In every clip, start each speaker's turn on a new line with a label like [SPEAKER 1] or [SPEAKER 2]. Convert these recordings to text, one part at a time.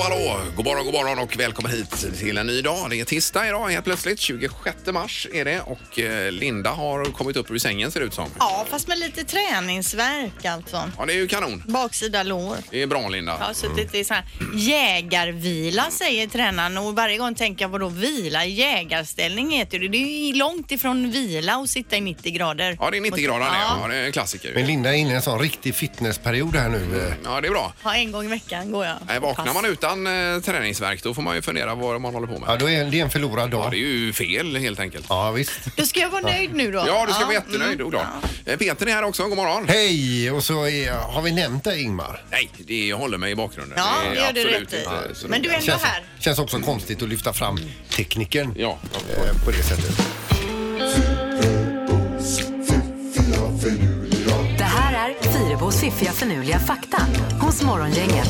[SPEAKER 1] God morgon, god morgon och välkommen hit till en ny dag. Det är tisdag idag helt plötsligt, 26 mars är det och eh, Linda har kommit upp ur sängen ser det ut som.
[SPEAKER 2] Ja, fast med lite träningsverk alltså.
[SPEAKER 1] Ja, det är ju kanon.
[SPEAKER 2] Baksida lår.
[SPEAKER 1] Det är bra Linda.
[SPEAKER 2] Jag har suttit i sån här jägarvila säger tränaren och varje gång tänker jag vadå vila? Jägarställning heter det. Det är ju långt ifrån vila att sitta i 90 grader.
[SPEAKER 1] Ja, det är 90 grader det.
[SPEAKER 2] Ja.
[SPEAKER 1] Ja, det är en klassiker.
[SPEAKER 3] Men
[SPEAKER 1] ju.
[SPEAKER 3] Linda är inne i en sån riktig fitnessperiod här nu. eh.
[SPEAKER 1] Ja, det är bra.
[SPEAKER 2] Ja, en gång i veckan går jag.
[SPEAKER 1] Nej, vaknar
[SPEAKER 2] Pass.
[SPEAKER 1] man utan eh, träningsvärk då får man ju fundera vad man håller på
[SPEAKER 3] Ja,
[SPEAKER 1] med.
[SPEAKER 3] då är det är en förlorad
[SPEAKER 1] Ja,
[SPEAKER 3] dag.
[SPEAKER 1] det är ju fel helt enkelt.
[SPEAKER 3] Ja, visst.
[SPEAKER 2] Då ska jag vara nöjd nu då. Mm.
[SPEAKER 1] Ja, du ska vara jättenöjd och glad. Eh, Peter är här också, god morgon.
[SPEAKER 3] Hej! Och så är, har vi nämnt dig Ingmar.
[SPEAKER 1] Nej, det håller mig i bakgrunden.
[SPEAKER 2] Ja, det gör du
[SPEAKER 1] absolut
[SPEAKER 2] rätt i.
[SPEAKER 1] inte så
[SPEAKER 2] Men du
[SPEAKER 1] noga.
[SPEAKER 2] är ändå
[SPEAKER 3] Känns,
[SPEAKER 2] här.
[SPEAKER 3] känns också konstigt att lyfta fram tekniken
[SPEAKER 1] Ja,
[SPEAKER 3] eh, på det sättet.
[SPEAKER 4] Det här är Fyrabos fiffiga förnuliga fakta hos Morgongänget.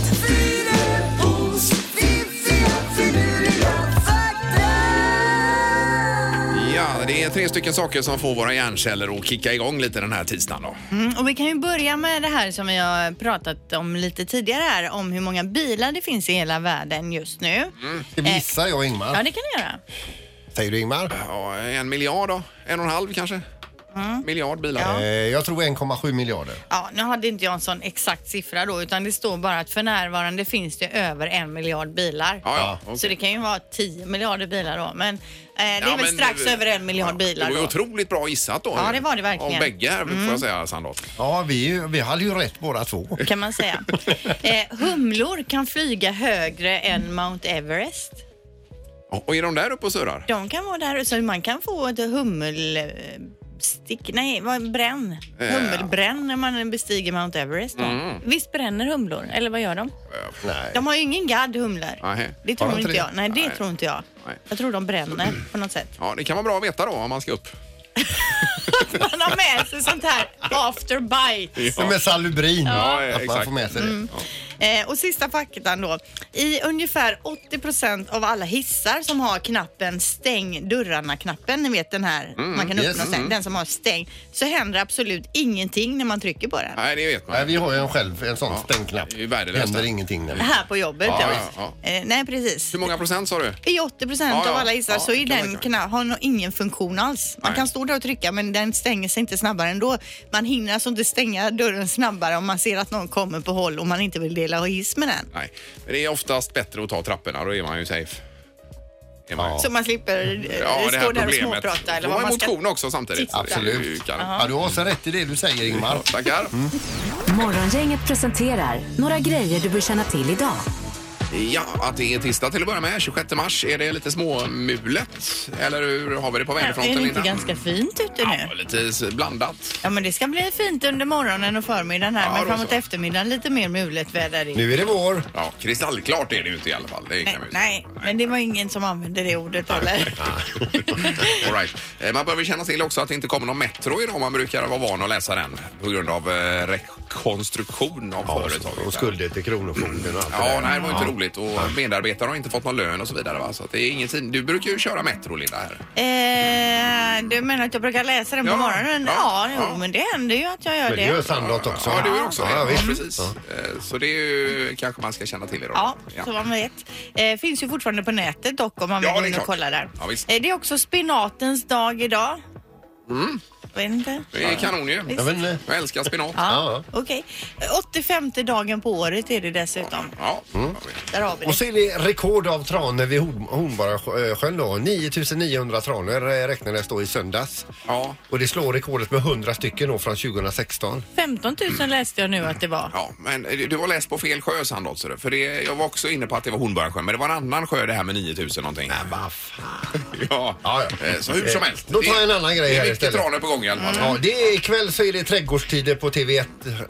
[SPEAKER 1] Ja, det är tre stycken saker som får våra hjärnceller att kicka igång lite den här tisdagen då.
[SPEAKER 2] Mm, och vi kan ju börja med det här som vi har pratat om lite tidigare här om hur många bilar det finns i hela världen just nu.
[SPEAKER 1] Mm.
[SPEAKER 3] Det gissar jag
[SPEAKER 2] Eh. Ja,
[SPEAKER 3] Ingmar.
[SPEAKER 2] det kan ni göra.
[SPEAKER 3] Säger du Ingmar?
[SPEAKER 1] Ja, en miljard då? En och en halv kanske?
[SPEAKER 2] Mm.
[SPEAKER 1] Miljard bilar.
[SPEAKER 3] Eh, Jag tror 1,7 miljarder.
[SPEAKER 2] Ja, nu hade inte jag en sån exakt siffra då utan det står bara att för närvarande finns det över en miljard bilar.
[SPEAKER 1] Ja, ja, okej.
[SPEAKER 2] Så det kan ju vara 10 miljarder bilar då men eh, det är
[SPEAKER 1] Ja,
[SPEAKER 2] väl
[SPEAKER 1] men-
[SPEAKER 2] strax över en miljard
[SPEAKER 1] Ja,
[SPEAKER 2] bilar
[SPEAKER 1] Det var ju
[SPEAKER 2] då.
[SPEAKER 1] otroligt bra gissat då.
[SPEAKER 2] Ja, det var det verkligen. Mm.
[SPEAKER 1] Av bägge här, får jag säga, Sandholt.
[SPEAKER 3] Ja, vi, är ju- vi hade ju rätt båda två.
[SPEAKER 2] Kan man säga. Eh, humlor kan flyga högre än Mount Everest.
[SPEAKER 1] Och är de där uppe och surrar?
[SPEAKER 2] De kan vara där så man kan få ett hummelstick, nej vad, bränn. Hummelbränn när man bestiger Mount Everest då.
[SPEAKER 1] Mm.
[SPEAKER 2] Visst bränner humlor eller vad gör de?
[SPEAKER 3] Nej.
[SPEAKER 2] De har ju ingen gadd humlor.
[SPEAKER 1] Nej.
[SPEAKER 2] Det
[SPEAKER 3] Har
[SPEAKER 2] tror
[SPEAKER 3] de
[SPEAKER 2] inte
[SPEAKER 3] inte
[SPEAKER 2] jag. Nej, det
[SPEAKER 1] Nej.
[SPEAKER 2] tror inte jag.
[SPEAKER 1] Nej.
[SPEAKER 2] Jag tror de bränner på något sätt.
[SPEAKER 1] Ja, det kan vara bra att veta då om man ska upp.
[SPEAKER 2] Man har med sig sånt här after bite.
[SPEAKER 3] Men Med salubrin.
[SPEAKER 1] Ja,
[SPEAKER 3] att man
[SPEAKER 1] exakt.
[SPEAKER 3] får med sig det.
[SPEAKER 2] Eh, och sista faktan då. I ungefär 80 procent av alla hissar som har knappen stäng dörrarna-knappen, ni vet den här
[SPEAKER 1] Mm,
[SPEAKER 2] man kan öppna
[SPEAKER 3] yes.
[SPEAKER 2] och stäng, den som har stäng, så händer absolut ingenting när man trycker på den.
[SPEAKER 1] Nej, det vet
[SPEAKER 3] Nej,
[SPEAKER 1] man.
[SPEAKER 3] vi har ju en själv, en sån
[SPEAKER 1] Ja,
[SPEAKER 3] stängknapp.
[SPEAKER 1] det är ju värdelöst.
[SPEAKER 3] händer ingenting. När vi...
[SPEAKER 2] Här på jobbet.
[SPEAKER 1] Ja,
[SPEAKER 2] Ja,
[SPEAKER 1] ja,
[SPEAKER 2] Eh, nej, precis.
[SPEAKER 1] Hur många procent sa du?
[SPEAKER 2] I 80 procent
[SPEAKER 1] Ja, ja.
[SPEAKER 2] av alla hissar
[SPEAKER 1] Ja,
[SPEAKER 2] så är
[SPEAKER 1] det kan
[SPEAKER 2] den
[SPEAKER 1] man kan.
[SPEAKER 2] knapp, har nog ingen funktion alls. Man
[SPEAKER 1] Nej.
[SPEAKER 2] kan stå där och trycka men den stänger sig inte snabbare ändå. Man hinner alltså inte stänga dörren snabbare om man ser att någon kommer på håll och man inte vill dela hiss med den.
[SPEAKER 1] Nej, men det är oftast bättre att ta trapporna. Då är man ju safe. Är man ju.
[SPEAKER 2] Så man slipper eh,
[SPEAKER 1] Ja, det här
[SPEAKER 2] stå där och
[SPEAKER 1] problemet.
[SPEAKER 2] småprata eller
[SPEAKER 1] Får
[SPEAKER 2] vad
[SPEAKER 1] man
[SPEAKER 2] man ska...
[SPEAKER 1] motion också samtidigt. så det är ju
[SPEAKER 3] Absolut.
[SPEAKER 1] kanon.
[SPEAKER 3] Ja, du har så rätt i det du säger Ingmar.
[SPEAKER 1] Tackar.
[SPEAKER 4] Morgongänget presenterar några grejer du bör känna till idag.
[SPEAKER 1] Ja, att det är tisdag till att börja med. 26 mars. Är det lite småmulet? Eller hur har vi det på
[SPEAKER 2] Är
[SPEAKER 1] väderfronten?
[SPEAKER 2] det inte
[SPEAKER 1] Linda?
[SPEAKER 2] ganska fint ute
[SPEAKER 1] Ja,
[SPEAKER 2] nu?
[SPEAKER 1] lite s- blandat.
[SPEAKER 2] Ja, men det ska bli fint under morgonen och förmiddagen här,
[SPEAKER 1] Ja,
[SPEAKER 2] men
[SPEAKER 1] då
[SPEAKER 2] framåt
[SPEAKER 1] så.
[SPEAKER 2] eftermiddagen lite mer mulet väder. i.
[SPEAKER 3] Nu är det vår.
[SPEAKER 1] Ja, kristallklart är det ju inte i alla fall. Det kan
[SPEAKER 2] Nej,
[SPEAKER 1] man ju säga.
[SPEAKER 2] nej, men det var ingen som använde det ordet eller?
[SPEAKER 1] All right. Eh, Man behöver känna till också att det inte kommer någon Metro idag. Man brukar vara van att läsa den på grund av eh, rekonstruktion av företaget.
[SPEAKER 3] Och skulder till Kronofogden och allt
[SPEAKER 1] Ja,
[SPEAKER 3] det
[SPEAKER 1] nej, det var ju inte roligt. Och medarbetare har inte fått någon lön och så vidare. Va? Så att det är ingen tid. Du brukar ju köra Metro, Linda. Här.
[SPEAKER 2] Eh, du menar att jag brukar läsa den på
[SPEAKER 1] Ja,
[SPEAKER 2] morgonen?
[SPEAKER 1] ja,
[SPEAKER 2] Ja, jo,
[SPEAKER 1] ja.
[SPEAKER 2] men det händer ju att jag gör
[SPEAKER 3] Men det
[SPEAKER 2] det.
[SPEAKER 3] gör Sandholt också.
[SPEAKER 1] Ja, du är också
[SPEAKER 3] Ja,
[SPEAKER 1] ja,
[SPEAKER 3] visst.
[SPEAKER 1] precis. Eh, Så det är ju, kanske man ska känna till idag.
[SPEAKER 2] Ja,
[SPEAKER 1] Ja.
[SPEAKER 2] så man vet. Eh, finns ju fortfarande på nätet dock om man
[SPEAKER 1] Ja,
[SPEAKER 2] vill
[SPEAKER 1] det är
[SPEAKER 2] in och
[SPEAKER 1] klart.
[SPEAKER 2] kolla där.
[SPEAKER 1] Ja, visst.
[SPEAKER 2] eh, det är också spinatens dag idag. Mm. Vet inte.
[SPEAKER 1] Det är kanon ju.
[SPEAKER 3] Ja, men, eh,
[SPEAKER 1] Jag älskar spenat.
[SPEAKER 2] Ja, okej. Eh, 85 dagen på året är det dessutom.
[SPEAKER 1] Ja.
[SPEAKER 2] Där har vi
[SPEAKER 3] och
[SPEAKER 2] det.
[SPEAKER 3] så är det rekord av tranor vid Horn- Hornborgasjön då. 9900 tranor eh, räknades då i söndags.
[SPEAKER 1] Ja.
[SPEAKER 3] Och det slår rekordet med 100 stycken då från 2016.
[SPEAKER 2] 15 000 läste jag nu att det var.
[SPEAKER 1] Ja, men du var läst på fel sjö Sandholt, ser du. för det, jag var också inne på att det var Hornborgasjön, men det var en annan sjö det här med 9000 någonting.
[SPEAKER 3] Vad fan.
[SPEAKER 1] Ja.
[SPEAKER 3] Ja, ja.
[SPEAKER 1] Eh, Så hur som
[SPEAKER 3] Eh,
[SPEAKER 1] helst.
[SPEAKER 3] då tar jag en
[SPEAKER 1] Det-
[SPEAKER 3] annan grej
[SPEAKER 1] Det är
[SPEAKER 3] här
[SPEAKER 1] mycket
[SPEAKER 3] istället. Mm.
[SPEAKER 1] tranor på gång i alla fall.
[SPEAKER 3] Ja, det är, ikväll så är det trädgårdstider på TV1,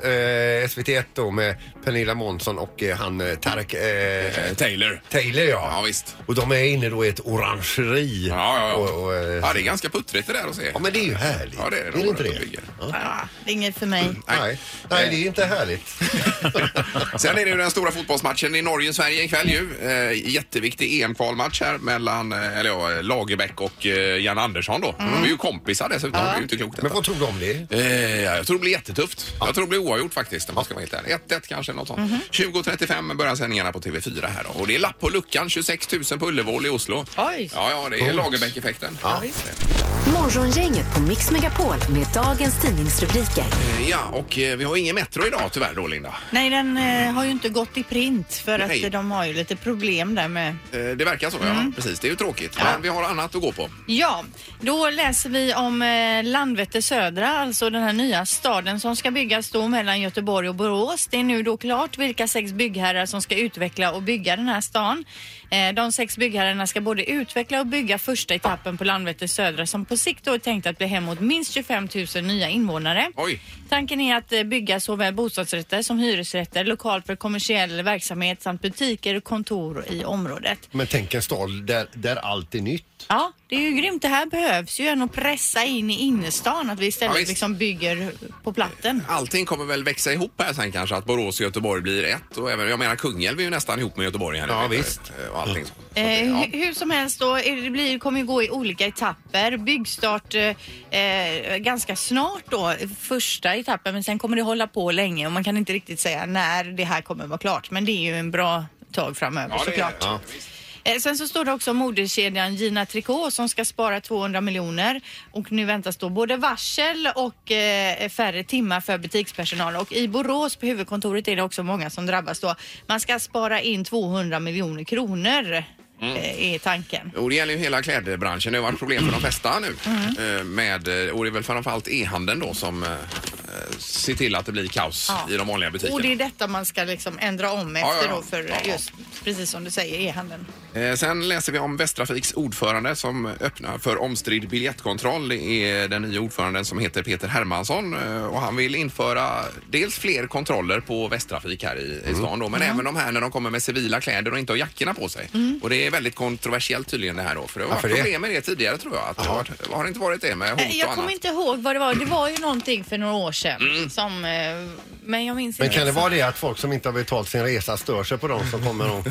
[SPEAKER 3] eh, SVT1 då med Pernilla Månsson och eh, han eh, Tarek eh,
[SPEAKER 1] Eh, Taylor.
[SPEAKER 3] Taylor ja.
[SPEAKER 1] Ja, visst.
[SPEAKER 3] Och de är inne då i ett orangeri.
[SPEAKER 1] Ja, ja, ja.
[SPEAKER 3] Och, och, eh,
[SPEAKER 1] Ja, det är ganska puttrigt det där att se.
[SPEAKER 3] ja, men det är ju härligt.
[SPEAKER 1] Ja, det är det.
[SPEAKER 3] inte
[SPEAKER 1] Roligt
[SPEAKER 3] det?
[SPEAKER 1] att bygga.
[SPEAKER 2] Ah, det är inget för mig.
[SPEAKER 1] Nej.
[SPEAKER 3] Nej. Nej, det är inte härligt.
[SPEAKER 1] Sen är det ju den stora fotbollsmatchen i Norge-Sverige ikväll ju. Eh, jätteviktig EM-kvalmatch här mellan eh, eller, ja, Lagerbäck och eh, Jan Andersson då. De är ju kompisar dessutom. Det är ju inte klokt.
[SPEAKER 3] Men
[SPEAKER 1] detta.
[SPEAKER 3] vad tror du om det?
[SPEAKER 1] Eh, ja, Mhm. jag tror det blir jättetufft. Jag tror det blir oavgjort faktiskt. Om man ska vara helt ärlig. 1-1 kanske något sånt. 20.35 börjar sändningarna på TV4 här då. Och det är lapp på luckan. 26 000 på Ullevål i Oslo.
[SPEAKER 2] Oj.
[SPEAKER 1] Ja, ja, det är Lagerbäck-effekten. Ja.
[SPEAKER 4] Morgongänget på Mix Megapol med dagens tidningsrubriker.
[SPEAKER 1] ja, och eh, vi har ingen Metro idag tyvärr då Linda.
[SPEAKER 2] Nej, den eh, har ju inte gått i print för
[SPEAKER 1] Nej.
[SPEAKER 2] att eh, de har ju lite problem där med
[SPEAKER 1] Eh, det verkar så ja. Precis, det är ju tråkigt. Men vi har annat att gå på.
[SPEAKER 2] Ja, då läser vi om eh, Landvetter södra, alltså den här nya staden som ska byggas då mellan Göteborg och Borås. Det är nu då klart vilka sex byggherrar som ska utveckla och bygga den här stan. Eh, de sex byggherrarna ska både utveckla och bygga första etappen på Landvetter södra som på sikt då är tänkt att bli hem mot minst 25 000 nya invånare.
[SPEAKER 1] Oj.
[SPEAKER 2] Tanken är att eh, bygga såväl bostadsrätter som hyresrätter, lokal för kommersiell verksamhet samt butiker och kontor i området.
[SPEAKER 3] Men tänk en stad där, där allt är nytt.
[SPEAKER 2] Ja, det är ju grymt. Det här behövs ju än att pressa in i innerstan, att vi
[SPEAKER 1] Ja,
[SPEAKER 2] istället
[SPEAKER 1] visst.
[SPEAKER 2] liksom bygger på platten.
[SPEAKER 1] Allting kommer väl växa ihop här sen kanske, att Borås och Göteborg blir ett. Och även, jag menar Kungälv är ju nästan ihop med Göteborg här nu.
[SPEAKER 3] Ja, visst.
[SPEAKER 1] Eh, Och allting. Så att det-
[SPEAKER 2] Eh,
[SPEAKER 1] ja.
[SPEAKER 2] hu- Hur som helst då, är det- det blir, kommer ju gå i olika etapper. Byggstart eh, eh, ganska snart då, första etappen, men sen kommer det hålla på länge och man kan inte riktigt säga när det här kommer vara klart. Men det är ju en bra tag framöver
[SPEAKER 1] Ja, det är
[SPEAKER 2] såklart.
[SPEAKER 1] det. Ja.
[SPEAKER 2] Eh, Sen så står det också om modekedjan Gina Tricot som ska spara 200 miljoner och nu väntas då både varsel och eh, färre timmar för butikspersonal och i Borås på huvudkontoret är det också många som drabbas då. Man ska spara in 200 miljoner kronor
[SPEAKER 1] Mm.
[SPEAKER 2] eh, är tanken.
[SPEAKER 1] Och det gäller ju hela klädbranschen. Det har varit problem för de flesta nu.
[SPEAKER 2] Mm.
[SPEAKER 1] Eh, Med, eh, och det är väl framförallt e-handeln då som eh, eh, ser till att det blir kaos
[SPEAKER 2] Ja.
[SPEAKER 1] i de vanliga butikerna.
[SPEAKER 2] Och det är detta man ska liksom ändra om
[SPEAKER 1] ja,
[SPEAKER 2] efter
[SPEAKER 1] ja.
[SPEAKER 2] då för
[SPEAKER 1] Ja, ja.
[SPEAKER 2] just precis som du säger e-handeln.
[SPEAKER 1] Eh, Sen läser vi om Västtrafiks ordförande som öppnar för omstridd biljettkontroll. Det är den nya ordföranden som heter Peter Hermansson eh, och han vill införa dels fler kontroller på Västtrafik här i,
[SPEAKER 2] Mm.
[SPEAKER 1] i stan då, men även de här när de kommer med civila kläder och inte har jackorna på sig.
[SPEAKER 2] Mm.
[SPEAKER 1] Och det är väldigt kontroversiellt tydligen det här då, för det har
[SPEAKER 3] Varför
[SPEAKER 1] varit
[SPEAKER 3] det?
[SPEAKER 1] problem med det tidigare tror jag. Att det har, varit- har det inte varit det med hot
[SPEAKER 2] Eh, Jag
[SPEAKER 1] och annat? Mm.
[SPEAKER 2] kommer inte ihåg vad det var. Det var ju någonting för några år sedan som, eh, men jag minns
[SPEAKER 3] Men
[SPEAKER 2] inte.
[SPEAKER 3] kan det vara det att folk som inte har betalt sin resa stör sig på dem som kommer om,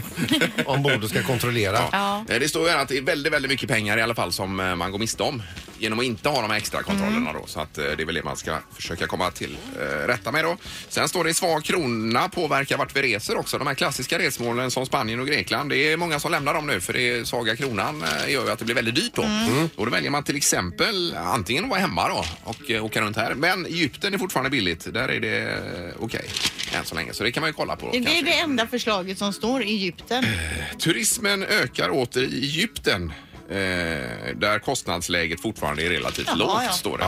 [SPEAKER 3] ombord och ska kontrollera?
[SPEAKER 2] Ja.
[SPEAKER 1] Eh, Det står ju här att det är väldigt, väldigt mycket pengar i alla fall som eh, man går miste om genom att inte ha de här extra kontrollerna
[SPEAKER 2] Mm.
[SPEAKER 1] då. Så att eh, det är väl det man ska försöka komma till eh, rätta med då. Sen står det svag krona påverkar vart vi reser också. De här klassiska resmålen som Spanien och Grekland. Det är många som lämnar dem nu för det är svaga kronan eh, gör ju att det blir väldigt dyrt då.
[SPEAKER 2] Mm.
[SPEAKER 1] Mm. Och då väljer man till exempel antingen att vara hemma då och eh, åka runt här. Men Egypten är fortfarande billigt. Där är det eh, okej än så länge. Så det kan man ju kolla på. då,
[SPEAKER 2] Det
[SPEAKER 1] kanske.
[SPEAKER 2] är det enda förslaget som står i Egypten.
[SPEAKER 1] Turismen ökar åter i Egypten. Eh, där kostnadsläget fortfarande är relativt
[SPEAKER 2] Jaha,
[SPEAKER 1] lågt,
[SPEAKER 2] ja.
[SPEAKER 1] står det.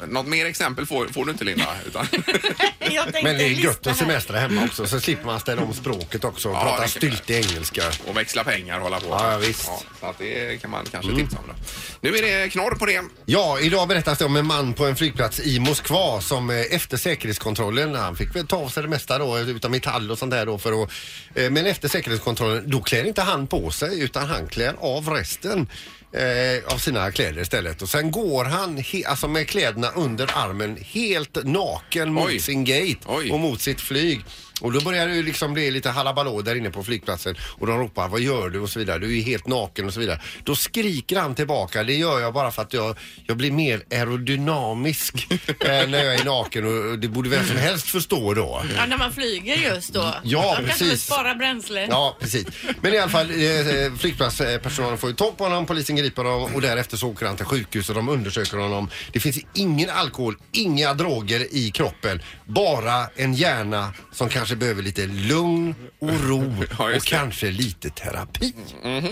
[SPEAKER 1] Så, Något mer exempel får, får du inte, Linda. Utan,
[SPEAKER 2] Jag tänkte
[SPEAKER 3] Men det är
[SPEAKER 2] lista
[SPEAKER 3] gött att
[SPEAKER 2] här.
[SPEAKER 3] semestra hemma också så slipper man ställa om språket också och
[SPEAKER 1] Ja,
[SPEAKER 3] prata
[SPEAKER 1] det kan man göra.
[SPEAKER 3] styltig engelska.
[SPEAKER 1] och växla pengar och hålla på.
[SPEAKER 3] Ja, ja, visst. Mm.
[SPEAKER 1] så att det kan man kanske tipsa om. Då. Nu är det knorr på det.
[SPEAKER 3] Ja, idag berättas det om en man på en flygplats i Moskva som eh, efter säkerhetskontrollen, han fick väl ta av sig det mesta då utan metall och sånt där då för att, eh, men efter säkerhetskontrollen då klär inte han på sig utan han klär av resten eh, av sina kläder istället och sen går han he- alltså med kläderna under armen helt naken mot
[SPEAKER 1] Oj.
[SPEAKER 3] sin gate
[SPEAKER 1] Oj.
[SPEAKER 3] och mot sitt flyg. Och då börjar det ju liksom bli lite halabalå där inne på flygplatsen och de ropar vad gör du och så vidare. Du är ju helt naken och så vidare. Då skriker han tillbaka. Det gör jag bara för att jag, jag blir mer aerodynamisk eh, när jag är naken och och det borde vem som helst förstå då.
[SPEAKER 2] Ja, när man flyger just då.
[SPEAKER 3] Ja,
[SPEAKER 2] man kanske
[SPEAKER 3] precis.
[SPEAKER 2] vill spara bränsle.
[SPEAKER 3] Ja, precis. Men i alla fall, eh, flygplatspersonalen får ju tag på honom, polisen griper honom och därefter så åker han till sjukhus och de undersöker honom. Det finns ingen alkohol, inga droger i kroppen. Bara en hjärna som kanske behöver lite lugn och ro
[SPEAKER 1] Ja,
[SPEAKER 3] och
[SPEAKER 1] just det.
[SPEAKER 3] kanske lite terapi.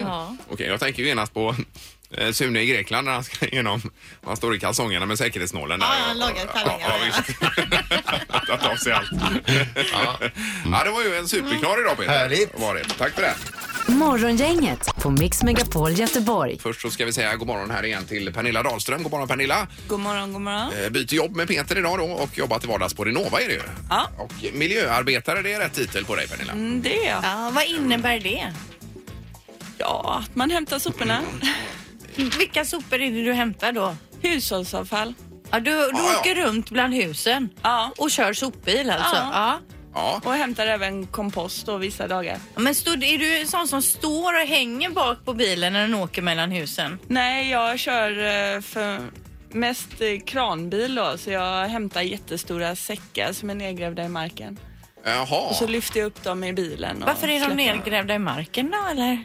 [SPEAKER 2] Ja.
[SPEAKER 1] Okej, jag tänker ju genast på eh, Sune i Grekland när han ska igenom. Han står i kalsongerna med säkerhetsnålen. där.
[SPEAKER 2] Ja, han lagar kallingarna,
[SPEAKER 1] Ja, ja, visst. Han tar av sig allt. Ja. det var ju en superknorr idag, Peter.
[SPEAKER 3] Härligt.
[SPEAKER 1] Var det. Tack för det.
[SPEAKER 4] Morgongänget på Mix Megapol Göteborg.
[SPEAKER 1] Först så ska vi säga god morgon här igen till Pernilla Dahlström. God morgon Pernilla.
[SPEAKER 5] God morgon, god morgon.
[SPEAKER 1] Eh, Byter jobb med Peter idag då och jobbar till vardags på Renova är det ju.
[SPEAKER 5] Ja.
[SPEAKER 1] Och miljöarbetare, det är rätt titel på dig Pernilla.
[SPEAKER 5] Mm, Det är jag.
[SPEAKER 2] ja, vad innebär det?
[SPEAKER 5] Ja, att man hämtar soporna.
[SPEAKER 2] Vilka sopor är det du hämtar då?
[SPEAKER 5] Hushållsavfall.
[SPEAKER 2] Ja, du du
[SPEAKER 1] Ja, ja.
[SPEAKER 2] åker runt bland husen
[SPEAKER 5] Ja.
[SPEAKER 2] och kör sopbil alltså? Ja.
[SPEAKER 5] Ja.
[SPEAKER 1] Ja.
[SPEAKER 5] Och hämtar även kompost då vissa dagar.
[SPEAKER 2] Men stod, är du en sån som står och hänger bak på bilen när den åker mellan husen?
[SPEAKER 5] Nej, jag kör eh, för mest eh, kranbil då, så jag hämtar jättestora säckar som är nedgrävda i marken.
[SPEAKER 1] Jaha.
[SPEAKER 5] Och så lyfter jag upp dem i bilen. Och
[SPEAKER 2] Varför är de
[SPEAKER 5] släpper dem.
[SPEAKER 2] nedgrävda i marken då eller?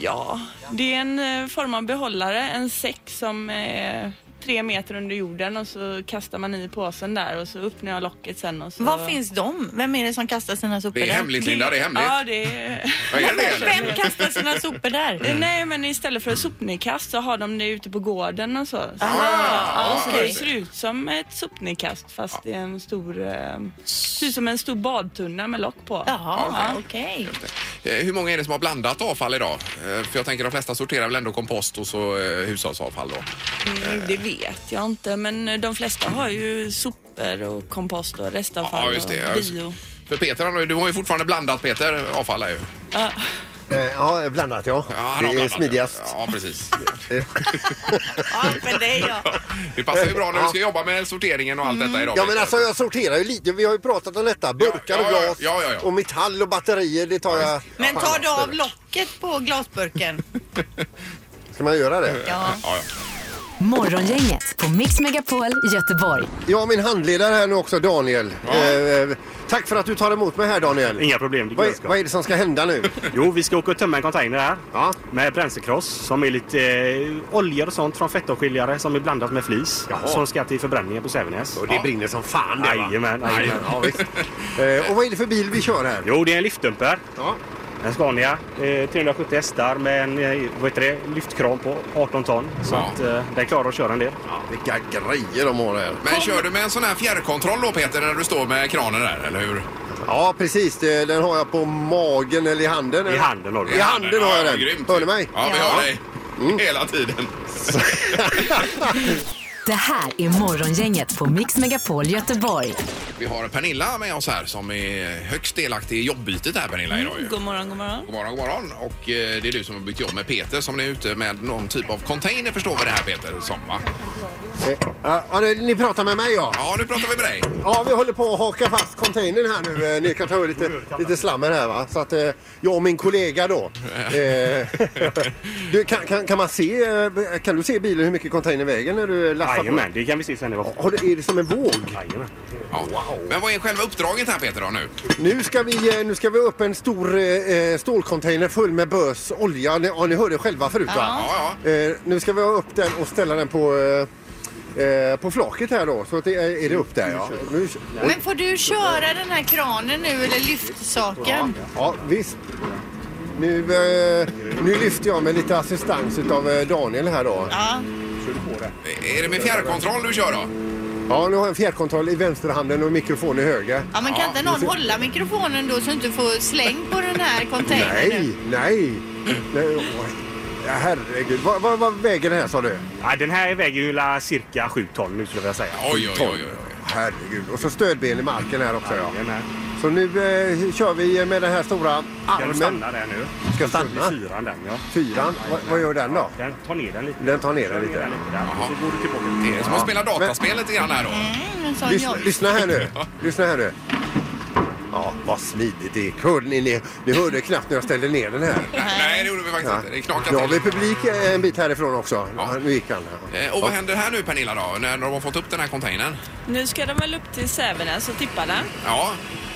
[SPEAKER 5] Ja, det är en eh, form av behållare, en säck som är tre meter under jorden och så kastar man i påsen där och så öppnar jag locket sen och så...
[SPEAKER 2] Var finns de? Vem är det som kastar sina sopor
[SPEAKER 1] Det är
[SPEAKER 2] där?
[SPEAKER 1] hemligt, Linda. Det är hemligt.
[SPEAKER 5] Ja, det är...
[SPEAKER 1] Vad är det, eller?
[SPEAKER 2] Vem kastar sina sopor där?
[SPEAKER 1] Mm.
[SPEAKER 5] Nej, men istället för sopnedkast så har de det ute på gården och så. så
[SPEAKER 1] Ah,
[SPEAKER 5] ja, så
[SPEAKER 1] okej.
[SPEAKER 5] Det ser ut som ett sopnedkast fast det är en stor... Eh, ser ut som en stor badtunna med lock på.
[SPEAKER 2] Jaha, okej.
[SPEAKER 1] Eh, Hur många är det som har blandat avfall idag? Eh, För jag tänker de flesta sorterar väl ändå kompost och så eh, hushållsavfall då.
[SPEAKER 5] Mm, det vet jag inte, men de flesta har ju sopor och kompost och restavfall
[SPEAKER 1] Ja, just det.
[SPEAKER 5] och bio.
[SPEAKER 1] För Peter, han har ju- du har ju fortfarande blandat Peter, avfall är ju.
[SPEAKER 5] Ja.
[SPEAKER 3] Eh, Ja, blandat ja.
[SPEAKER 1] Ja, han har
[SPEAKER 3] det är
[SPEAKER 1] blandat,
[SPEAKER 3] smidigast.
[SPEAKER 1] Ja, precis.
[SPEAKER 2] Ja, för dig ja.
[SPEAKER 1] Det passar ju bra när du ska jobba med sorteringen och allt detta idag.
[SPEAKER 3] Ja
[SPEAKER 1] Peter.
[SPEAKER 3] men alltså jag sorterar ju lite. Vi har ju pratat om detta. Burkar och
[SPEAKER 1] ja, ja,
[SPEAKER 3] glas
[SPEAKER 1] ja, ja, ja.
[SPEAKER 3] och metall och batterier. Det tar jag.
[SPEAKER 2] Men tar du av locket på glasburken?
[SPEAKER 3] Ska man göra det?
[SPEAKER 2] Ja.
[SPEAKER 1] Ja, ja.
[SPEAKER 4] Morgongänget på Mix Megapol Göteborg.
[SPEAKER 3] Jag har min handledare här nu också, Daniel. Eh, tack för att du tar emot mig här Daniel.
[SPEAKER 6] Inga problem, det
[SPEAKER 3] Vad,
[SPEAKER 6] är
[SPEAKER 3] vad är det som ska hända nu?
[SPEAKER 6] Jo, vi ska åka och tömma en container här.
[SPEAKER 3] Ja.
[SPEAKER 6] Med bränslekross som är lite eh, oljor och sånt från fettavskiljare som är blandat med flis.
[SPEAKER 3] Jaha.
[SPEAKER 6] Som ska till förbränningen på Sävenäs.
[SPEAKER 3] Och det brinner som fan det va?
[SPEAKER 6] Jajamän, jajamän.
[SPEAKER 3] ja, visst. Eh, och vad är det för bil vi kör här?
[SPEAKER 6] Jo, det är en lyftdumper.
[SPEAKER 3] Ja.
[SPEAKER 6] En Scania. Eh, 370 hästar med en eh, vad heter det, lyftkran på 18 ton. Så
[SPEAKER 1] Ja.
[SPEAKER 6] att, eh, den klarar att köra en del.
[SPEAKER 3] Vilka grejer de har här.
[SPEAKER 1] Men kör du med en sån här fjärrkontroll då Peter när du står med kranen där, eller hur?
[SPEAKER 3] Ja precis, det, den har jag på magen eller i handen.
[SPEAKER 6] I
[SPEAKER 3] eller?
[SPEAKER 6] handen har du
[SPEAKER 3] I
[SPEAKER 6] den.
[SPEAKER 3] handen har jag
[SPEAKER 1] Ja,
[SPEAKER 3] den.
[SPEAKER 1] grymt.
[SPEAKER 3] Hör ni mig? Mm.
[SPEAKER 1] Ja, vi
[SPEAKER 2] Ja.
[SPEAKER 1] hör dig. Hela tiden.
[SPEAKER 4] Det här är Morgongänget på Mix Megapol Göteborg.
[SPEAKER 1] Vi har Pernilla med oss här som är högst delaktig i jobbytet här Pernilla idag ju.
[SPEAKER 5] God morgon, god morgon.
[SPEAKER 1] God morgon, god morgon. Och eh, det är du som har bytt jobb med Peter som är ute med någon typ av container förstår vi det här Peter som va?
[SPEAKER 3] Eh, Ja, ni, ni pratar med mig ja.
[SPEAKER 1] Ja, nu pratar vi med dig.
[SPEAKER 3] Ja, vi håller på att haka fast containern här nu. Eh, Ni kan ta över lite, lite slammer här va. Så att eh, jag och min kollega då. Eh, du, kan, kan, kan man se, eh, kan du se i bilen hur mycket containern väger när du lastar på?
[SPEAKER 6] Jajamän, det kan vi se sen. Det var...
[SPEAKER 3] Har du, är det som en våg?
[SPEAKER 6] Jajamän.
[SPEAKER 1] Ja. Men vad är själva uppdraget här Peter då nu?
[SPEAKER 3] Nu ska vi, eh, nu ska vi upp en stor eh, stålcontainer full med bös olja. Ni, ja, ni hörde själva förut va?
[SPEAKER 1] Ja,
[SPEAKER 3] Eh, nu ska vi ha upp den och ställa den på, eh, eh, på flaket här då. Så att det är, är det upp där ja. Nu,
[SPEAKER 2] Men får du köra den här kranen nu eller lyftsaken?
[SPEAKER 3] Ja, visst. Nu, eh, nu lyfter jag med lite assistans av eh, Daniel här då.
[SPEAKER 2] Ja.
[SPEAKER 1] Är det med fjärrkontroll du kör då?
[SPEAKER 3] Ja, nu har jag en fjärrkontroll i vänsterhanden och mikrofon i höger.
[SPEAKER 2] Ja, men kan inte någon hålla mikrofonen då så du inte får släng på den här containern?
[SPEAKER 3] Nej,
[SPEAKER 2] nu?
[SPEAKER 3] nej. nej oj. Ja, herregud, vad, vad, vad väger den här sa du?
[SPEAKER 6] Ja, den här väger ju la cirka 7 ton nu skulle jag vilja säga.
[SPEAKER 1] Oj, oj, oj. oj.
[SPEAKER 3] Herregud, och så stödben i marken här också ja.
[SPEAKER 6] Jajamän.
[SPEAKER 3] Så nu eh, kör vi med den här stora
[SPEAKER 6] Ska du
[SPEAKER 3] armen.
[SPEAKER 6] stanna där nu?
[SPEAKER 3] Ska
[SPEAKER 6] Så kör vi
[SPEAKER 3] stanna?
[SPEAKER 6] Fyran den ja.
[SPEAKER 3] Fyran, vad, vad gör den då?
[SPEAKER 6] Den tar ner den lite.
[SPEAKER 3] Den tar ner
[SPEAKER 6] Kör
[SPEAKER 3] den lite.
[SPEAKER 6] där.
[SPEAKER 1] Jaha.
[SPEAKER 6] Så går du tillbaka.
[SPEAKER 1] Det är som att spela dataspel lite grann här då.
[SPEAKER 2] Mm, en sån
[SPEAKER 3] Lyssna,
[SPEAKER 2] jobb.
[SPEAKER 3] lyssna här nu. Lyssna här nu. Ja, vad smidigt det gick. Hörde ni, ni, ni hörde knappt när jag ställde ner den här.
[SPEAKER 1] Nej, nej, det gjorde vi faktiskt
[SPEAKER 3] Ja.
[SPEAKER 1] inte. Det knakade
[SPEAKER 3] Nu har vi
[SPEAKER 1] till.
[SPEAKER 3] publik en bit härifrån också.
[SPEAKER 1] Ja.
[SPEAKER 3] Ja, nu gick han. Ja.
[SPEAKER 1] Eh, Och vad händer här nu Pernilla då, när de har fått upp den här containern?
[SPEAKER 5] Nu ska de väl upp till Sävenäs och tippa den.
[SPEAKER 1] Ja,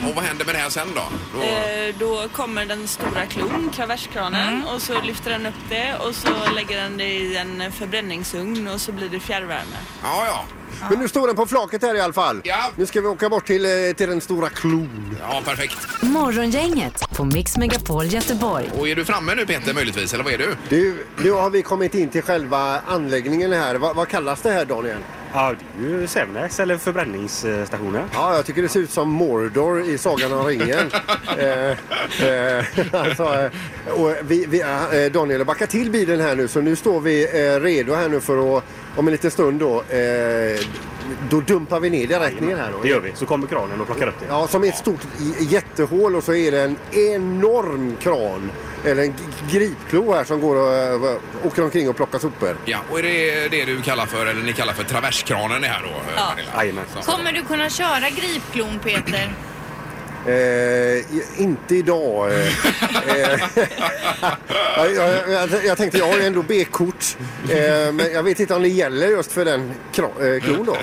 [SPEAKER 1] och vad händer med det här sen då? då...
[SPEAKER 5] Eh, då kommer den stora klon, traverskranen,
[SPEAKER 1] Mm.
[SPEAKER 5] och så lyfter den upp det och så lägger den det i en förbränningsugn och så blir det fjärrvärme.
[SPEAKER 1] Ja, ja.
[SPEAKER 3] Men nu står den på flaket här i alla fall.
[SPEAKER 1] Ja.
[SPEAKER 3] Nu ska vi åka bort till, eh, till den stora klon.
[SPEAKER 1] Ja, perfekt.
[SPEAKER 4] Morgongänget på Mix Megapol Göteborg.
[SPEAKER 1] Och är du framme nu Peter möjligtvis, eller vad är du?
[SPEAKER 3] Du, nu har vi kommit in till själva anläggningen här. Va, vad kallas det här Daniel?
[SPEAKER 6] Ja, det är ju Sävenäs eller förbränningsstationen.
[SPEAKER 3] Ja, jag tycker det ser ut som Mordor i Sagan om ringen. eh, eh, alltså, eh, och vi, vi, eh, Daniel har backat till bilen här nu så nu står vi eh, redo här nu för att om en liten stund då, eh, då dumpar vi ner det rätt ner här
[SPEAKER 6] Det
[SPEAKER 3] då.
[SPEAKER 6] gör vi. Så kommer kranen och plockar upp det.
[SPEAKER 3] Ja, som ett stort j- jättehål och så är det en enorm kran eller en g- gripklo här som går och eh, åker omkring och plockar sopor.
[SPEAKER 1] Ja, och är det det du kallar för, eller ni kallar för traverskranen det här då? eh, Pernilla?
[SPEAKER 6] Jajamän.
[SPEAKER 1] Så.
[SPEAKER 2] Kommer du kunna köra gripklon Peter?
[SPEAKER 7] Eh, inte idag. Eh, eh, jag, jag, jag- jag tänkte, jag har ju ändå B-kort. Eh, men jag vet inte om det gäller just för den kro- eh, klon då.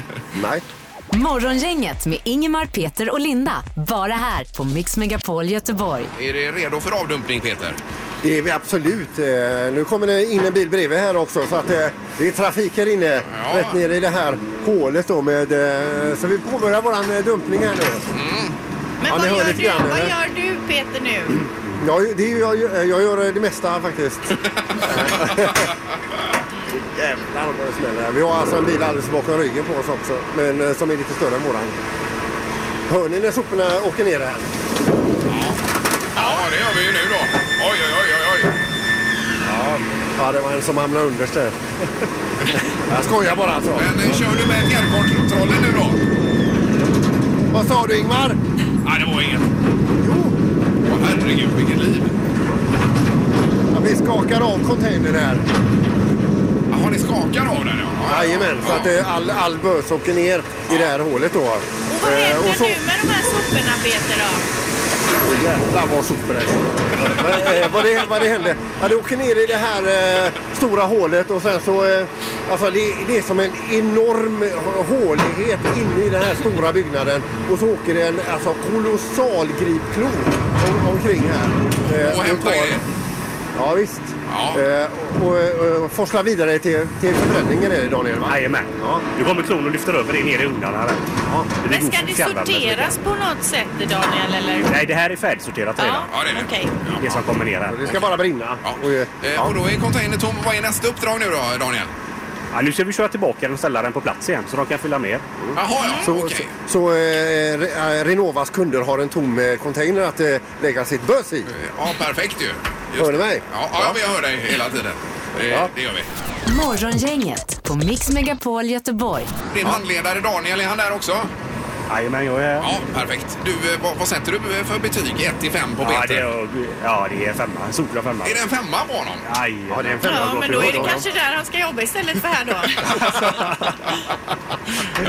[SPEAKER 7] Nej.
[SPEAKER 4] Morgongänget med Ingemar, Peter och Linda. Bara här på Mix Megapol Göteborg.
[SPEAKER 1] Är det redo för avdumpning Peter?
[SPEAKER 7] Det är vi absolut. Eh, Nu kommer det in en bil bredvid här också så att eh, det är trafik här inne.
[SPEAKER 1] Ja.
[SPEAKER 7] Rätt ner i det här hålet då med... eh, Så vi påbörjar våran eh, dumpning här nu.
[SPEAKER 2] Men
[SPEAKER 7] Ja, ni
[SPEAKER 2] vad,
[SPEAKER 7] hör
[SPEAKER 2] gör
[SPEAKER 7] lite
[SPEAKER 2] du,
[SPEAKER 7] grann,
[SPEAKER 2] vad
[SPEAKER 7] eller? Mm.
[SPEAKER 2] gör du Peter nu?
[SPEAKER 7] Ja, det är, ju- jag, jag gör eh, det mesta faktiskt. Jävlar vad det smäller. Vi har alltså en bil alldeles bakom ryggen på oss också. Men eh, som är lite större än våran. Hör ni när soporna åker ner här?
[SPEAKER 1] Ja, det gör vi ju nu då. Oj, oj, oj, oj, oj.
[SPEAKER 7] Ja, det var en som hamnade underst där. jag skojar bara alltså.
[SPEAKER 1] Men eh, kör du med fjärrkontrollen nu då?
[SPEAKER 7] Vad sa du Ingmar?
[SPEAKER 1] Nej, det var inget.
[SPEAKER 7] Jo,
[SPEAKER 1] Åh, herregud, vilket liv.
[SPEAKER 7] Ja, vi skakar av containern här.
[SPEAKER 1] Jaha, ni skakar av den ja. ja.
[SPEAKER 7] Jajamän, så att eh, all, all bös åker ner i det här hålet då.
[SPEAKER 2] Och vad
[SPEAKER 7] Eh,
[SPEAKER 2] händer
[SPEAKER 7] och så-
[SPEAKER 2] nu med de här soporna Peter då?
[SPEAKER 7] Åh, Jävlar vad sopor det är. Men, eh, vad, det, vad det hände? Ja, det åker ner i det här eh, stora hålet och sen så... Eh, alltså det, det är som en enorm hålighet inne i den här stora byggnaden. Och så åker det en alltså, kolossal gripklo om, omkring här. Eh,
[SPEAKER 1] Och hämta
[SPEAKER 7] tar-
[SPEAKER 1] grejer.
[SPEAKER 7] Ja visst.
[SPEAKER 1] Ja.
[SPEAKER 7] Eh, och, och, och forslar vidare till, till förbränningen är det Daniel va?
[SPEAKER 6] Jajamän.
[SPEAKER 7] Ja.
[SPEAKER 6] Nu kommer klon och lyfter över det ner i ugnarna. här. Det blir
[SPEAKER 2] Men ska
[SPEAKER 6] god
[SPEAKER 2] det
[SPEAKER 6] fjärrvärme.
[SPEAKER 2] sorteras på något sätt Daniel eller?
[SPEAKER 6] Nej, det här är färdigsorterat redan.
[SPEAKER 1] Ja, det är det.
[SPEAKER 2] okej.
[SPEAKER 6] Det som kommer ner här.
[SPEAKER 7] Det ska bara brinna.
[SPEAKER 1] Ja.
[SPEAKER 7] Och, eh,
[SPEAKER 1] Eh,
[SPEAKER 7] ja.
[SPEAKER 1] Och då är containern tom. Vad är nästa uppdrag nu då, Daniel?
[SPEAKER 6] Ja, nu ska vi köra tillbaka den och ställa den på plats igen så de kan fylla mer.
[SPEAKER 1] Jaha, ja.
[SPEAKER 7] Mm. Så,
[SPEAKER 1] Okej.
[SPEAKER 7] så, så eh, Re- eh, Renovas kunder har en tom eh, container att eh, lägga sitt bös i.
[SPEAKER 1] Ja, perfekt ju. Just
[SPEAKER 7] Hör ni
[SPEAKER 1] det.
[SPEAKER 7] mig?
[SPEAKER 1] Ja, ja, vi hör dig hela tiden. Det,
[SPEAKER 7] Ja.
[SPEAKER 1] det gör vi.
[SPEAKER 4] Morgongänget på Mix Megapol Göteborg.
[SPEAKER 1] Din handledare Daniel, är han där också?
[SPEAKER 6] Jajamän, jag är...
[SPEAKER 1] Ja, perfekt. Du, eh, vad, vad sätter du för betyg? 1 till 5 på Peter?
[SPEAKER 6] Ja, det är, ja, det är femma. En solklar femma.
[SPEAKER 1] Är det en femma på honom?
[SPEAKER 6] Aj,
[SPEAKER 7] Ja, det är en femma.
[SPEAKER 2] Ja, men då är det
[SPEAKER 7] Ja.
[SPEAKER 2] kanske där han ska jobba istället för här då.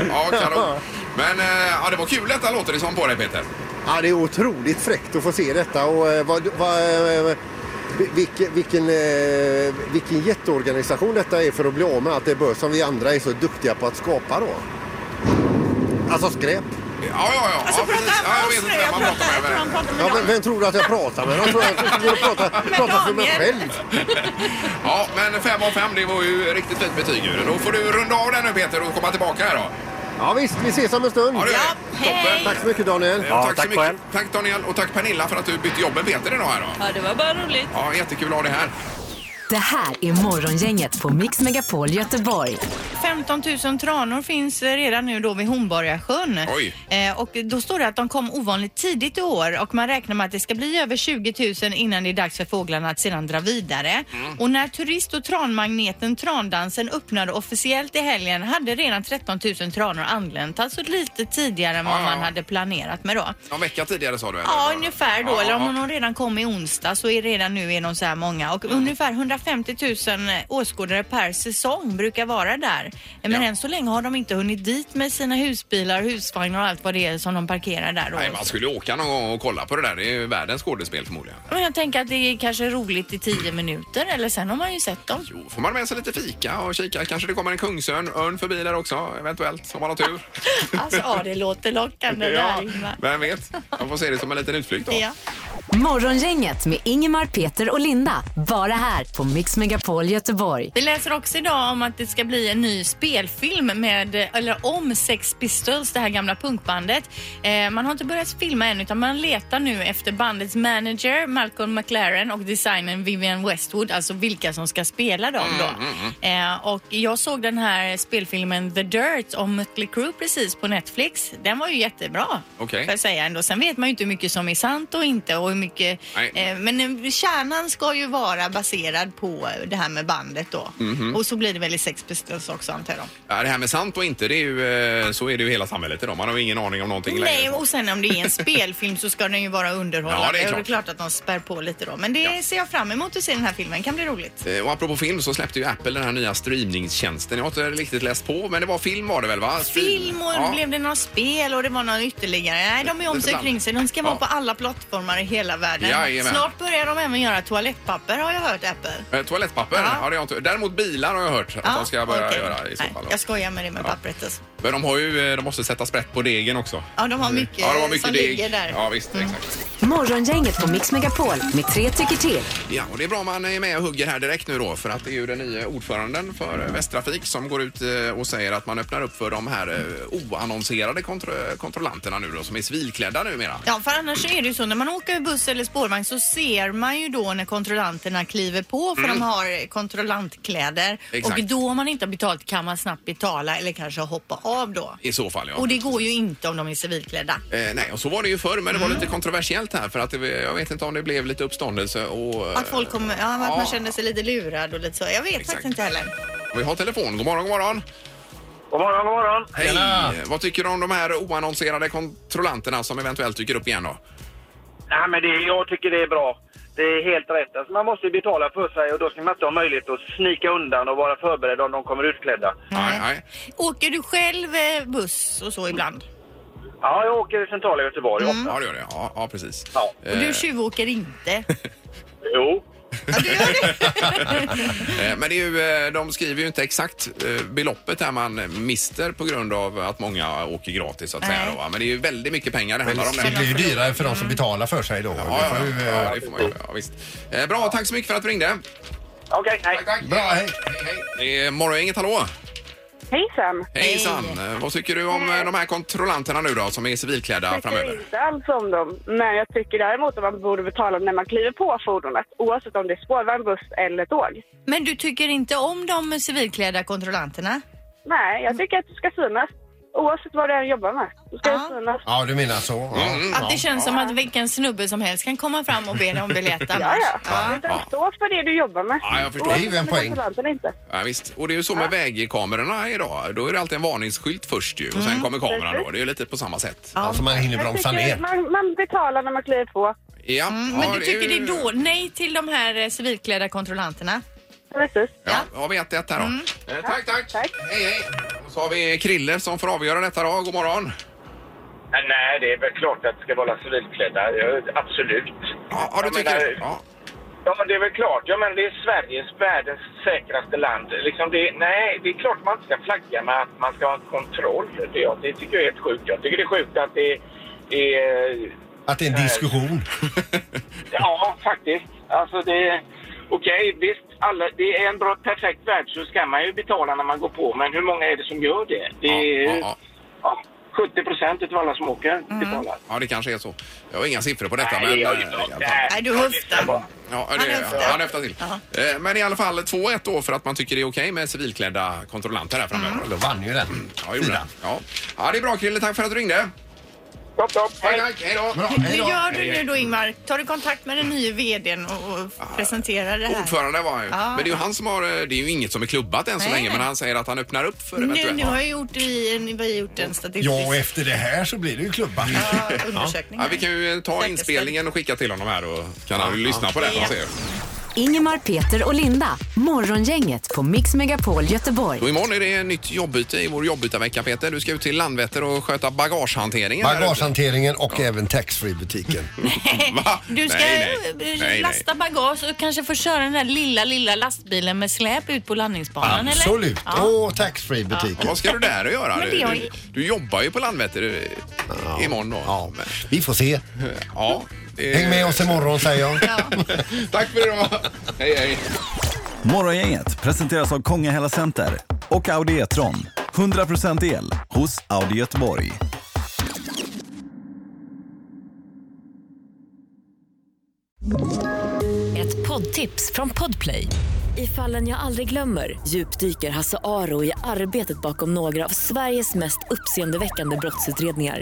[SPEAKER 1] ja, kanon. Men eh, ja, det var kul detta låter det som på dig Peter.
[SPEAKER 7] Ja, det är otroligt fräckt att få se detta. Och, eh, vad, vad, eh, vil- vilken, vilken, eh, vilken jätteorganisation detta är för att bli av med allt det bös som vi andra är så duktiga på att skapa då. Alltså skräp.
[SPEAKER 1] Ja, ja, ja.
[SPEAKER 2] Alltså
[SPEAKER 1] ja,
[SPEAKER 2] pratar
[SPEAKER 1] precis.
[SPEAKER 2] han
[SPEAKER 1] ja,
[SPEAKER 2] med
[SPEAKER 1] vem
[SPEAKER 2] oss nu? Jag pratar, jag tror
[SPEAKER 1] men-
[SPEAKER 2] han pratar med
[SPEAKER 7] Ja,
[SPEAKER 2] dem.
[SPEAKER 7] men, vem tror du att jag pratar med? Jag tror jag går och pratar, pratar för mig
[SPEAKER 2] Daniel.
[SPEAKER 7] själv.
[SPEAKER 1] Ja, men 5 av 5 det var ju riktigt fint betyg ju. Då får du runda av den nu Peter och komma tillbaka här då.
[SPEAKER 7] Ja, visst, vi ses om en stund.
[SPEAKER 1] Ja, det gör
[SPEAKER 2] Ja,
[SPEAKER 1] vi. Toppen.
[SPEAKER 2] hej.
[SPEAKER 7] Tack så mycket Daniel.
[SPEAKER 1] Eh,
[SPEAKER 6] Ja,
[SPEAKER 1] tack, så
[SPEAKER 6] tack
[SPEAKER 1] mycket.
[SPEAKER 6] själv.
[SPEAKER 1] Tack Daniel och tack Pernilla för att du bytte jobb med Peter idag här då.
[SPEAKER 5] Ja, det var bara roligt.
[SPEAKER 1] Ja, jättekul att ha dig här.
[SPEAKER 4] Det här är Morgongänget på Mix Megapol Göteborg.
[SPEAKER 2] 15 000 tranor finns eh, redan nu då vid Hornborgasjön.
[SPEAKER 1] Oj.
[SPEAKER 2] Eh, och då står det att de kom ovanligt tidigt i år och man räknar med att det ska bli över 20 000 innan det är dags för fåglarna att sedan dra vidare. Och när turist och tranmagneten Trandansen öppnade officiellt i helgen hade redan 13 000 tranor anlänt, alltså lite tidigare än vad
[SPEAKER 1] Ja, ja,
[SPEAKER 2] man
[SPEAKER 1] ja.
[SPEAKER 2] hade planerat med då.
[SPEAKER 1] En vecka tidigare sa du? eller?
[SPEAKER 2] Ja, ungefär då.
[SPEAKER 1] Ja,
[SPEAKER 2] Eller
[SPEAKER 1] ja.
[SPEAKER 2] om de redan kom i onsdag så är redan nu är de så här många. Och
[SPEAKER 1] Mm.
[SPEAKER 2] ungefär 150 000 åskådare per säsong brukar vara där. Men
[SPEAKER 1] Ja.
[SPEAKER 2] än så länge har de inte hunnit dit med sina husbilar, husvagnar och allt vad det är som de parkerar där. Då.
[SPEAKER 1] Nej, man skulle ju åka någon gång och kolla på det där. Det är ju världens skådespel förmodligen.
[SPEAKER 2] Men jag tänker att det är kanske roligt i 10 minuter eller sen har man ju sett dem.
[SPEAKER 1] Jo, får man med sig lite fika och kika. Kanske det kommer en kungsörn örn förbi där också, eventuellt, om man har tur.
[SPEAKER 2] Alltså ja, det låter lockande där Ingmar.
[SPEAKER 1] vem vet? Man får se det som en liten utflykt då.
[SPEAKER 2] Ja.
[SPEAKER 4] Morgongänget med Ingemar, Peter och Linda. Bara här på Mix Megapol Göteborg.
[SPEAKER 2] Vi läser också idag om att det ska bli en ny spelfilm med, eller om Sex Pistols, det här gamla punkbandet. Eh, man har inte börjat filma än utan man letar nu efter bandets manager Malcolm McLaren och designern Vivian Westwood, alltså vilka som ska spela dem då. Eh, och jag såg den här spelfilmen The Dirt om Mötley Crüe precis på Netflix. Den var ju jättebra.
[SPEAKER 1] Okej.
[SPEAKER 2] Får jag säga ändå. Sen vet man ju inte hur mycket som är sant och inte och hur mycket.
[SPEAKER 1] Nej.
[SPEAKER 2] Eh, men eh, kärnan ska ju vara baserad på eh, det här med bandet då.
[SPEAKER 1] Mhm.
[SPEAKER 2] Och så blir det väl i Sex Pistols också antar jag.
[SPEAKER 1] Ja, det här med sant och inte, det är ju, eh, så är det ju i hela samhället idag. Man har ju ingen aning om någonting
[SPEAKER 2] Nej,
[SPEAKER 1] längre.
[SPEAKER 2] och sen om det är en spelfilm så ska den ju vara underhållande.
[SPEAKER 1] Ja, det är
[SPEAKER 2] Och
[SPEAKER 1] klart.
[SPEAKER 2] det är klart att de spär på lite då. Men det ser jag fram emot att se den här filmen. Kan bli roligt.
[SPEAKER 1] Eh, Och apropå film så släppte ju Apple den här nya streamingtjänsten. Jag har inte riktigt läst på, men det var film var det väl va? Stream-
[SPEAKER 2] Film och
[SPEAKER 1] Ja.
[SPEAKER 2] blev det några spel och det var någon ytterligare. Nej, de är om sig
[SPEAKER 1] Lite
[SPEAKER 2] kring sig. De ska vara
[SPEAKER 1] Ja.
[SPEAKER 2] på alla plattformar i hela världen.
[SPEAKER 1] Jajamän.
[SPEAKER 2] Snart börjar de även göra toalettpapper har jag hört Apple.
[SPEAKER 1] Eh, Toalettpapper?
[SPEAKER 2] Ja.
[SPEAKER 1] Ja. det har jag inte. Däremot bilar har jag hört att de ska börja
[SPEAKER 2] okej.
[SPEAKER 1] göra i så
[SPEAKER 2] Nej,
[SPEAKER 1] fall. då.
[SPEAKER 2] Jag skojar med det med pappret alltså.
[SPEAKER 1] Men de, har ju, eh, de måste sätta sprätt på degen också.
[SPEAKER 2] Ja, de har mycket,
[SPEAKER 1] Mm. Ja, det var mycket
[SPEAKER 2] Eh, som
[SPEAKER 1] deg.
[SPEAKER 2] ligger där. Mm.
[SPEAKER 1] Ja, visst, exakt.
[SPEAKER 4] Morgongänget på Mix Megapol med tre tycker till.
[SPEAKER 1] Ja, och det är bra man är med och hugger här direkt nu då för att det är ju den nya ordföranden för eh, Västtrafik som går ut eh, och säger att man öppnar upp för de här eh, oannonserade kontro- kontrollanterna nu då som är civilklädda numera.
[SPEAKER 2] Ja, för annars så är det ju så när man åker buss eller spårvagn så ser man ju då när kontrollanterna kliver på för de har kontrollantkläder.
[SPEAKER 1] Mm. Exakt.
[SPEAKER 2] Och då om man inte har betalt kan man snabbt betala eller kanske hoppa av då.
[SPEAKER 1] I så fall ja.
[SPEAKER 2] Och det går ju inte om de är civilklädda.
[SPEAKER 1] Eh, nej, och så var det ju förr, men det var lite kontroversiellt här för att det, jag vet inte om det blev lite uppståndelse och... eh,
[SPEAKER 2] Att folk kommer, ja, att
[SPEAKER 1] Ja.
[SPEAKER 2] man känner sig lite lurad och lite så. Jag vet
[SPEAKER 1] Exakt.
[SPEAKER 2] faktiskt inte heller.
[SPEAKER 1] Vi har telefon. God morgon, god morgon!
[SPEAKER 8] God morgon, god morgon.
[SPEAKER 1] Hej! Vad tycker du om de här oannonserade kontrollanterna som eventuellt dyker upp igen då?
[SPEAKER 8] Nej, men det, jag tycker det är bra. Det är helt rätt. Alltså, man måste ju betala för sig och då ska man inte ha möjlighet att snika undan och vara förberedd om de kommer utklädda.
[SPEAKER 1] Nej, nej.
[SPEAKER 2] Åker du själv eh, buss och så ibland?
[SPEAKER 8] Ja, jag åker i centrala Göteborg
[SPEAKER 9] Mm.
[SPEAKER 8] ofta.
[SPEAKER 1] Ja, det gör det. Ja, ja precis.
[SPEAKER 8] Ja.
[SPEAKER 2] Och du
[SPEAKER 1] Eh,
[SPEAKER 2] tjuvåker inte?
[SPEAKER 8] Jo.
[SPEAKER 2] Ja, du gör det.
[SPEAKER 1] eh, men det är ju, eh, de skriver ju inte exakt eh, beloppet här man mister på grund av att många åker gratis så att säga.
[SPEAKER 2] Nej.
[SPEAKER 1] Då, va? men det är ju väldigt mycket pengar det
[SPEAKER 3] Men
[SPEAKER 1] handlar om.
[SPEAKER 3] det
[SPEAKER 1] Det.
[SPEAKER 3] blir ju dyrare för de som betalar för sig då.
[SPEAKER 1] Ja,
[SPEAKER 3] Det
[SPEAKER 1] ja,
[SPEAKER 3] får ju,
[SPEAKER 1] ja,
[SPEAKER 3] eh,
[SPEAKER 1] ja, det får man ju. Ja, visst. Eh, bra, tack så mycket för att du ringde.
[SPEAKER 8] Okej, hej.
[SPEAKER 1] tack.
[SPEAKER 3] Bra, hej.
[SPEAKER 1] Hej, hej. Det är Morgongänget, hallå!
[SPEAKER 9] Hejsan!
[SPEAKER 1] Hejsan! Eh, Vad tycker du om eh, de här kontrollanterna nu då som är civilklädda
[SPEAKER 9] tycker
[SPEAKER 1] framöver?
[SPEAKER 9] inte alls om dem, men jag tycker däremot att man borde betala när man kliver på fordonet oavsett om det är spårvagn, buss eller tåg.
[SPEAKER 2] Men du tycker inte om de civilklädda kontrollanterna?
[SPEAKER 9] Nej, jag tycker att det ska synas. Oavsett vad du än jobbar med. Det ska
[SPEAKER 2] Ja.
[SPEAKER 9] det synas.
[SPEAKER 3] Ja, du menar så. Ja.
[SPEAKER 1] Mm,
[SPEAKER 2] Att det känns som att vilken snubbe som helst kan komma fram och be dig om biljett
[SPEAKER 9] Ja,
[SPEAKER 2] annars.
[SPEAKER 9] ja.
[SPEAKER 2] Ja.
[SPEAKER 9] Utan stå för det du jobbar med.
[SPEAKER 1] Ja, jag förstår.
[SPEAKER 9] Oavsett
[SPEAKER 3] Det är ju en
[SPEAKER 9] om
[SPEAKER 3] poäng.
[SPEAKER 9] kontrollanten eller inte.
[SPEAKER 1] Ja, visst. Och det är ju så med vägkamerorna idag. Då är det alltid en varningsskylt först ju och
[SPEAKER 2] Mm.
[SPEAKER 1] sen kommer kameran då. Det är ju lite på samma sätt.
[SPEAKER 3] Ja, så Alltså, man hinner
[SPEAKER 9] Jag
[SPEAKER 3] bromsa
[SPEAKER 9] tycker
[SPEAKER 3] ner.
[SPEAKER 9] man, man betalar när man kliver på.
[SPEAKER 1] Ja,
[SPEAKER 2] Mm, Men
[SPEAKER 1] ja,
[SPEAKER 2] du tycker det
[SPEAKER 1] ju-
[SPEAKER 2] är då nej till de här eh, civilklädda kontrollanterna?
[SPEAKER 9] Precis.
[SPEAKER 1] Ja, har vi ett rätt här då.
[SPEAKER 2] Mm.
[SPEAKER 1] Eh, tack, tack,
[SPEAKER 9] Tack.
[SPEAKER 1] Hej, hej. Och så har vi Krille som får avgöra detta då. God morgon.
[SPEAKER 8] Nej, det är väl klart att det ska vara civilklädda. Ja, Absolut.
[SPEAKER 1] Ja, ja du
[SPEAKER 8] Jag
[SPEAKER 1] tycker...
[SPEAKER 8] menar,
[SPEAKER 1] Ja.
[SPEAKER 8] Ja, det är väl klart. Ja, men det är Sveriges, världens säkraste land. Liksom det, nej, det är klart man inte ska flagga med att man ska ha en kontroll. Det, jag- det tycker jag är helt sjukt. Jag tycker det är sjukt att det är...
[SPEAKER 3] Att det är en diskussion.
[SPEAKER 8] Ja, faktiskt. Alltså det... Okej, visst. Alla, det är en bra, perfekt värld så ska man ju betala när man går på. Men hur många är det som gör det? Det
[SPEAKER 1] Ja,
[SPEAKER 8] är
[SPEAKER 1] ja, ja.
[SPEAKER 8] ja, 70 procent av alla som åker betalar.
[SPEAKER 1] ja, det kanske är så. Jag har inga siffror på detta,
[SPEAKER 8] Nej,
[SPEAKER 1] men...
[SPEAKER 8] jag är
[SPEAKER 1] eh,
[SPEAKER 8] inte bra.
[SPEAKER 1] i alla fall.
[SPEAKER 8] Nej,
[SPEAKER 2] Nej, du
[SPEAKER 8] jag är
[SPEAKER 2] höftar.
[SPEAKER 8] inte bra.
[SPEAKER 1] Ja,
[SPEAKER 2] Han
[SPEAKER 1] det,
[SPEAKER 2] höftar.
[SPEAKER 1] han höftar till.
[SPEAKER 2] Jaha.
[SPEAKER 1] Eh, Men i alla fall 2-1 då för att man tycker det är okej med civilklädda kontrollanter här framöver.
[SPEAKER 3] Då vann ju den.
[SPEAKER 1] Ja, gjorde det. Ja. ja, det är bra Krille. Tack för att du ringde.
[SPEAKER 8] Topp, topp.
[SPEAKER 1] Tack, tack. Hej då.
[SPEAKER 3] Bra,
[SPEAKER 2] Hur
[SPEAKER 3] hej då.
[SPEAKER 2] gör du nu då Ingmar? Tar du kontakt med den nya vdn och, och presenterar det här?
[SPEAKER 1] Ordförande var han ju. Men det är ju han som har, eh, det är ju inget som är klubbat än så
[SPEAKER 2] Nej,
[SPEAKER 1] länge,
[SPEAKER 2] nej.
[SPEAKER 1] men han säger att han öppnar upp för
[SPEAKER 2] Nu,
[SPEAKER 1] eventuellt.
[SPEAKER 2] nu har jag gjort, vi, en- vi har gjort en statistisk
[SPEAKER 3] Ja, och efter det här så blir det ju klubban.
[SPEAKER 2] ja, undersökning.
[SPEAKER 1] Ja, vi kan ju eh, ta
[SPEAKER 2] Säkerställ.
[SPEAKER 1] inspelningen och skicka till honom här och kan han ju lyssna på den och se.
[SPEAKER 4] Ingemar, Peter och Linda. Morgongänget på Mix Megapol Göteborg.
[SPEAKER 1] Och imorgon är det ett nytt jobbyte i vår jobbytarvecka Peter. Du ska ut till Landvetter och sköta bagagehanteringen. där ute.
[SPEAKER 3] Bagagehanteringen och även taxfree-butiken.
[SPEAKER 1] Va?
[SPEAKER 2] Du ska
[SPEAKER 1] Nej, nej.
[SPEAKER 2] eh,
[SPEAKER 1] Nej, nej.
[SPEAKER 2] lasta bagage och kanske få köra den där lilla, lilla lastbilen med släp ut på landningsbanan
[SPEAKER 3] Absolut.
[SPEAKER 2] eller? Ja.
[SPEAKER 3] Och taxfree-butiken.
[SPEAKER 1] Vad ska du där och göra?
[SPEAKER 2] Men
[SPEAKER 1] Du,
[SPEAKER 2] det har
[SPEAKER 1] du,
[SPEAKER 2] ju-
[SPEAKER 1] du jobbar ju på Landvetter eh, imorgon då.
[SPEAKER 3] Ja,
[SPEAKER 1] Men,
[SPEAKER 3] vi får se.
[SPEAKER 1] ja, det-
[SPEAKER 3] Häng med oss imorgon säger jag.
[SPEAKER 1] Tack för idag. hej, hej.
[SPEAKER 10] Morgongänget presenteras av Kongahälla Center och Audi E-tron. 100% el hos Audi Göteborg.
[SPEAKER 11] Ett poddtips från Podplay. I fallen jag aldrig glömmer djupdyker Hasse Aro i arbetet bakom några av Sveriges mest uppseendeväckande brottsutredningar.